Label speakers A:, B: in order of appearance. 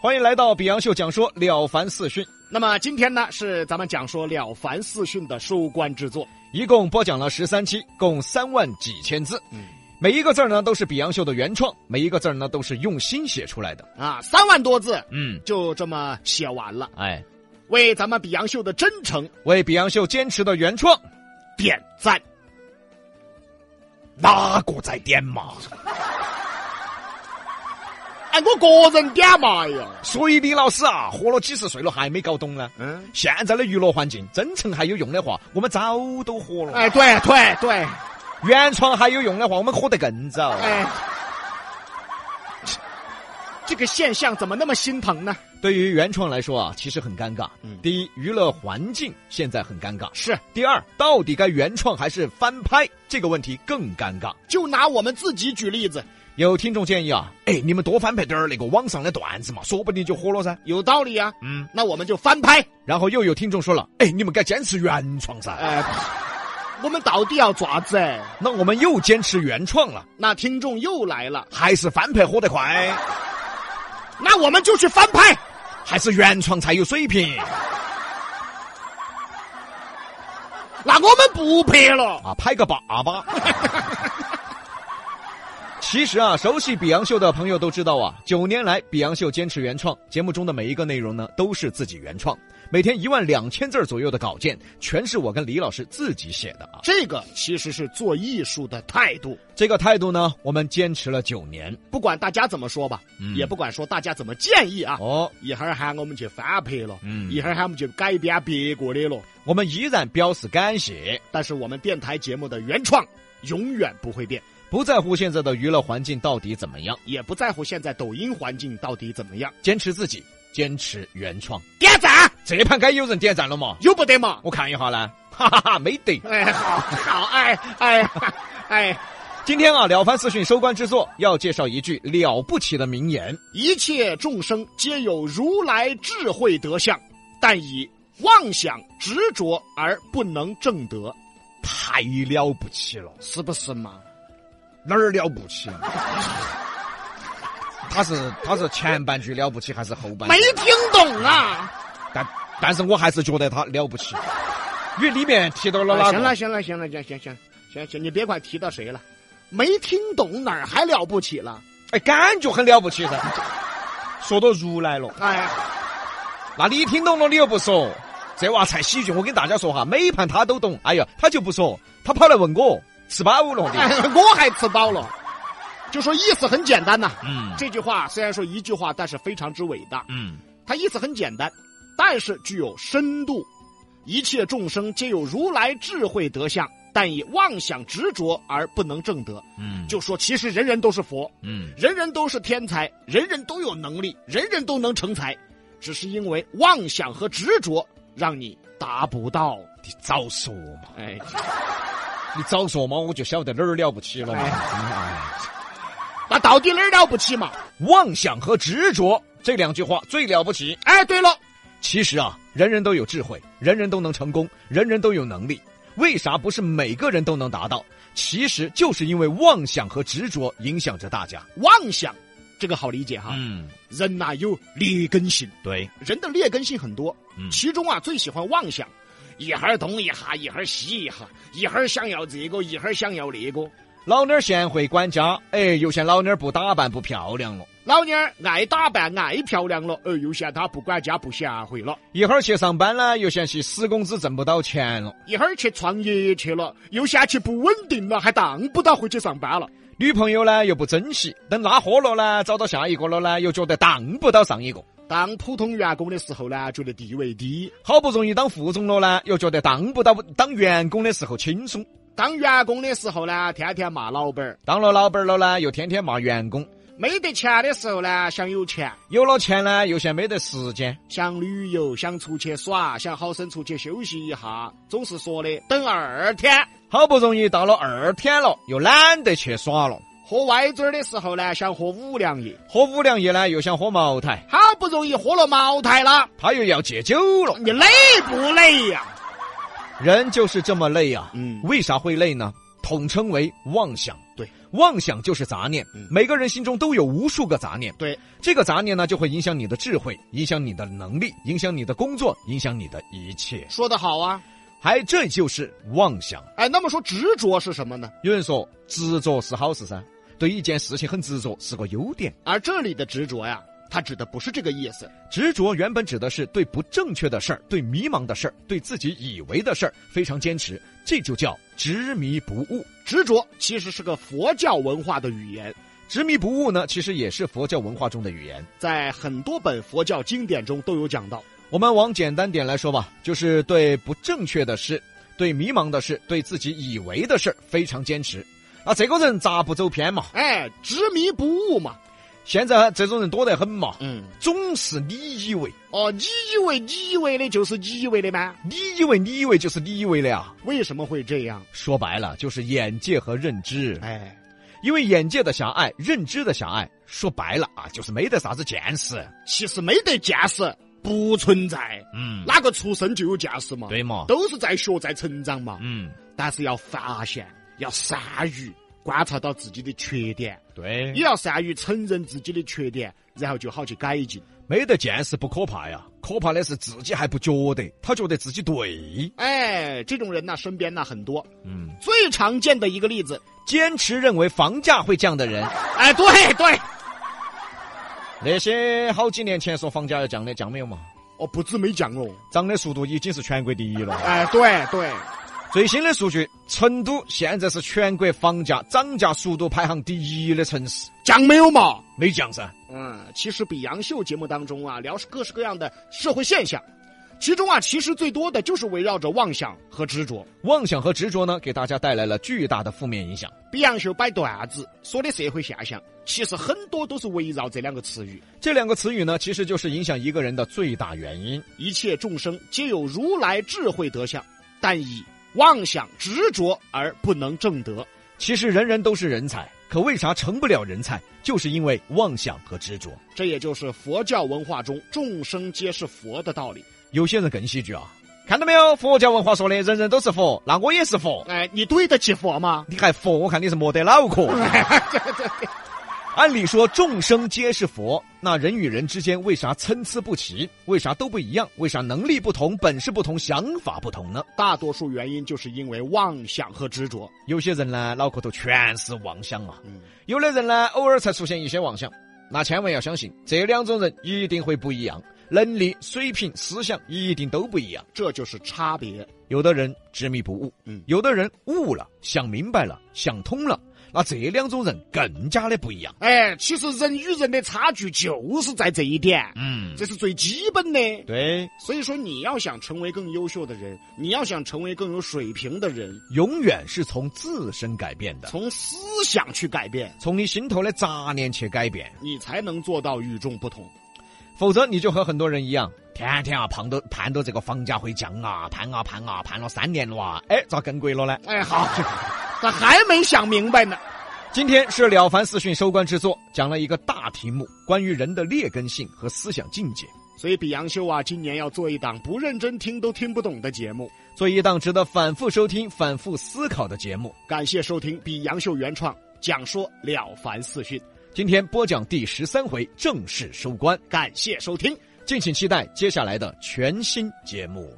A: 欢迎来到比洋秀讲说《了凡四训》，
B: 那么今天呢，是咱们讲说《了凡四训》的收官之作。
A: 一共播讲了十三期，共三万几千字。
B: 嗯
A: 每一个字儿呢都是比洋秀的原创，每一个字儿呢都是用心写出来的。
B: 啊，三万多字
A: 嗯，
B: 就这么写完了，
A: 哎，
B: 为咱们比洋秀的真诚
A: 为比洋秀坚持的原创，
B: 嗯点赞。
A: 哪个在点嘛？
B: 哎，我个人点嘛呀？
A: 所以李老师啊，活了几十岁了还没搞懂呢。
B: 嗯，
A: 现在的娱乐环境，真诚还有用的话，我们早都火了；
B: 哎，对对对，
A: 原创还有用的话，我们火得更早。
B: 哎，这个现象怎么那么心疼呢？
A: 对于原创来说啊，其实很尴尬。
B: 嗯
A: 第一，娱乐环境现在很尴尬；
B: 是，
A: 第二，到底该原创还是翻拍这个问题更尴尬。
B: 就拿我们自己举例子，
A: 有听众建议啊，哎，你们多翻拍点儿那个网上的段子嘛，说不定就火了噻。
B: 有道理啊。
A: 嗯，
B: 那我们就翻拍。
A: 然后又有听众说了，哎，你们该坚持原创噻。
B: 哎，我们到底要爪子？哎
A: 那我们又坚持原创了，哎
B: 那听众又来了，
A: 还是翻拍火得快，
B: 那我们就去翻拍。
A: 还是原创才有水平
B: 那我们不拍了。
A: 啊？拍个粑粑。 其实啊，熟悉比洋秀的朋友都知道啊，九年来比洋秀坚持原创，节目中的每一个内容呢都是自己原创，每天一万两千字儿左右的稿件，全是我跟李老师自己写的啊。
B: 这个其实是做艺术的态度，
A: 这个态度呢，我们坚持了九年。
B: 不管大家怎么说吧，
A: 嗯
B: 也不管说大家怎么建议啊。
A: 哦，
B: 一会儿喊我们去翻拍了，
A: 嗯
B: 一会儿喊我们去改编别个的了，
A: 我们依然表示感谢，
B: 但是我们电台节目的原创永远不会变，
A: 不在乎现在的娱乐环境到底怎么样，
B: 也不在乎现在抖音环境到底怎么样。
A: 坚持自己，坚持原创。
B: 点赞
A: 这盘该有人点赞了嘛？
B: 有不得嘛？
A: 我看一下呢，哈哈哈，没得。
B: 哎，好好，哎哎哎，
A: 今天啊，了凡四训收官之作要介绍一句了不起的名言：
B: 一切众生皆有如来智慧德相，但以妄想执着而不能正得。
A: 太了不起了，
B: 是不是嘛？
A: 哪儿了 不起？他是他是前半句了不起还是后半句？
B: 没听懂啊！
A: 但但是我还是觉得他了不起，因为里面提到了哪个？
B: 啊行了行了行了行行行行行，你别管提到谁了，没听懂哪儿还了不起了？
A: 哎，感觉很了不起噻。说到如来了，
B: 哎，
A: 那你听懂了，你又不说，这娃才喜剧。我跟大家说哈，每一盘他都懂。哎呀，他就不说，他跑来问我吃饱了 的。
B: 哎我还吃饱了，就说意思很简单呐、
A: 嗯
B: 这句话虽然说一句话，但是非常之伟大。
A: 嗯，
B: 它意思很简单，但是具有深度。一切众生皆有如来智慧德相，但以妄想执着而不能正得。
A: 嗯
B: 就说其实人人都是佛，
A: 嗯
B: 人人都是天才，人人都有能力，人人都能成才，只是因为妄想和执着让你达不到。
A: 你早说嘛，
B: 哎，
A: 你早说嘛，我就晓得哪儿了不起了嘛。哎
B: 那到底哪儿了不起嘛？
A: 妄想和执着这两句话最了不起。
B: 哎，对了，
A: 其实啊，人人都有智慧，人人都能成功，人人都有能力。为啥不是每个人都能达到？其实就是因为妄想和执着影响着大家。
B: 妄想这个好理解哈，
A: 嗯，
B: 人呐、有劣根性，
A: 对，
B: 人的劣根性很多，
A: 嗯
B: 其中啊最喜欢妄想。一会儿东一下，一会儿西一下，一会儿想要这个，一会儿想要那个。
A: 老娘儿贤惠管家，哎，又嫌老娘儿不打扮不漂亮了。
B: 老娘儿爱打扮，爱漂亮了，呃，又嫌她不管家不贤惠了。
A: 一会儿去上班呢，又嫌弃死工资挣不到钱了。
B: 一会儿去创业去了，又嫌弃不稳定了，还当不到回去上班了。
A: 女朋友呢又不珍惜，等拉豁了呢，找到下一个了呢，又觉得当不到上一个。
B: 当普通员工的时候呢，觉得地位低；
A: 好不容易当副总了呢，又觉得当不到当员工的时候轻松。
B: 当员工的时候呢，天天骂老板儿；
A: 当了老板儿了呢，又天天骂员工。
B: 没得钱的时候呢，想有钱，
A: 有了钱呢，又嫌没得时间。
B: 想旅游，想出去耍，想好生出去休息一下，总是说的等二天。
A: 好不容易到了二天了，又懒得去耍了。
B: 喝歪嘴儿的时候呢，想喝五粮液；
A: 喝五粮液呢，又想喝茅台，
B: 好不容易喝了茅台了，
A: 他又要戒酒了。
B: 你累不累呀、
A: 人就是这么累啊。
B: 嗯
A: 为啥会累呢？统称为妄想。
B: 对，
A: 妄想就是杂念
B: 嗯，
A: 每个人心中都有无数个杂念。
B: 对，
A: 这个杂念呢，就会影响你的智慧，影响你的能力，影响你的工作，影响你的一切。
B: 说得好啊！
A: 还这就是妄想。
B: 哎，那么说执着是什么呢？
A: 有人说，执着是好事噻，对一件事情很执着是个优点。
B: 而这里的执着呀，它指的不是这个意思。
A: 执着原本指的是对不正确的事儿、对迷茫的事儿、对自己以为的事儿非常坚持，这就叫执迷不悟。
B: 执着其实是个佛教文化的语言，
A: 执迷不悟呢，其实也是佛教文化中的语言。
B: 在很多本佛教经典中都有讲到。
A: 我们往简单点来说吧，就是对不正确的事、对迷茫的事、对自己以为的事儿非常坚持。啊，这个人咋不走偏嘛？
B: 哎，执迷不悟嘛。
A: 现在这种人多得很嘛，
B: 嗯。
A: 总是你以为，
B: 哦，你以为你以为的就是你以为的吗？
A: 你以为，你以为就是你以为的啊。
B: 为什么会这样？
A: 说白了，就是眼界和认知。
B: 哎，
A: 因为眼界的狭隘，认知的狭隘，说白了啊，就是没得啥子见识。
B: 其实没得见识，不存在。
A: 嗯，
B: 哪个出生就有见识嘛？，
A: 对嘛？
B: 都是在学在成长嘛。
A: 嗯，
B: 但是要发现，要善于观察到自己的缺点，
A: 对
B: 也要善于承认自己的缺点，然后就好去改进。
A: 没得见识不可怕呀，可怕的是自己还不觉得，他觉得自己对。
B: 哎，这种人呐、身边呐、很多。
A: 嗯，
B: 最常见的一个例子，
A: 坚持认为房价会降的人，
B: 哎，对对，
A: 那些好几年前说房价要降的，降没有嘛？
B: 哦，不止没降哦，
A: 涨的速度已经是全国第一了。
B: 哎，对对，
A: 最新的数据，成都现在是全国房价涨价速度排行第一的城市，
B: 降没有嘛？
A: 没降噻。
B: 嗯，其实《比洋秀》节目当中啊，聊是各式各样的社会现象，其中啊，其实最多的就是围绕着妄想和执着。
A: 妄想和执着呢，给大家带来了巨大的负面影响。
B: 《比洋秀》摆段子说的社会现象，其实很多都是围绕这两个词语：
A: 这两个词语呢，其实就是影响一个人的最大原因。
B: 一切众生皆有如来智慧德相，但以妄想执着而不能正得。
A: 其实人人都是人才，可为啥成不了人才？就是因为妄想和执着。
B: 这也就是佛教文化中众生皆是佛的道理。
A: 有些人更戏剧啊，看到没有？佛教文化说的人人都是佛，那我也是佛。
B: 哎，你对得起佛吗？
A: 你还佛？我看你是没得脑壳。按理说众生皆是佛，那人与人之间为啥参差不齐？为啥都不一样？为啥能力不同、本事不同、想法不同呢？
B: 大多数原因就是因为妄想和执着。
A: 有些人呢，脑壳头全是妄想啊。
B: 嗯，
A: 有的人呢，偶尔才出现一些妄想，那千万要相信，这两种人一定会不一样，能力、水平、思想一定都不一样。
B: 这就是差别。
A: 有的人执迷不悟，
B: 嗯
A: 有的人悟了，想明白了，想通了，那这两种人更加的不一样。
B: 哎，其实人与人的差距就是在这一点，
A: 嗯，
B: 这是最基本的。
A: 对，
B: 所以说，你要想成为更优秀的人，你要想成为更有水平的人，
A: 永远是从自身改变的，
B: 从思想去改变，
A: 从你心头的杂念去改变，
B: 你才能做到与众不同。
A: 否则你就和很多人一样，天天啊盼到盼到这个房价会降啊，盼啊盼啊盼了三年了啊，哎，咋更贵了呢？
B: 哎，好， 咱还没想明白呢。
A: 今天是了凡四训收官之作，讲了一个大题目，关于人的劣根性和思想境界，
B: 所以，比洋秀啊，今年要做一档不认真听都听不懂的节目。
A: 做一档值得反复收听、反复思考的节目。
B: 感谢收听比洋秀原创讲说《了凡四训》，
A: 今天播讲第十三回正式收官，
B: 感谢收听。
A: 敬请期待接下来的全新节目。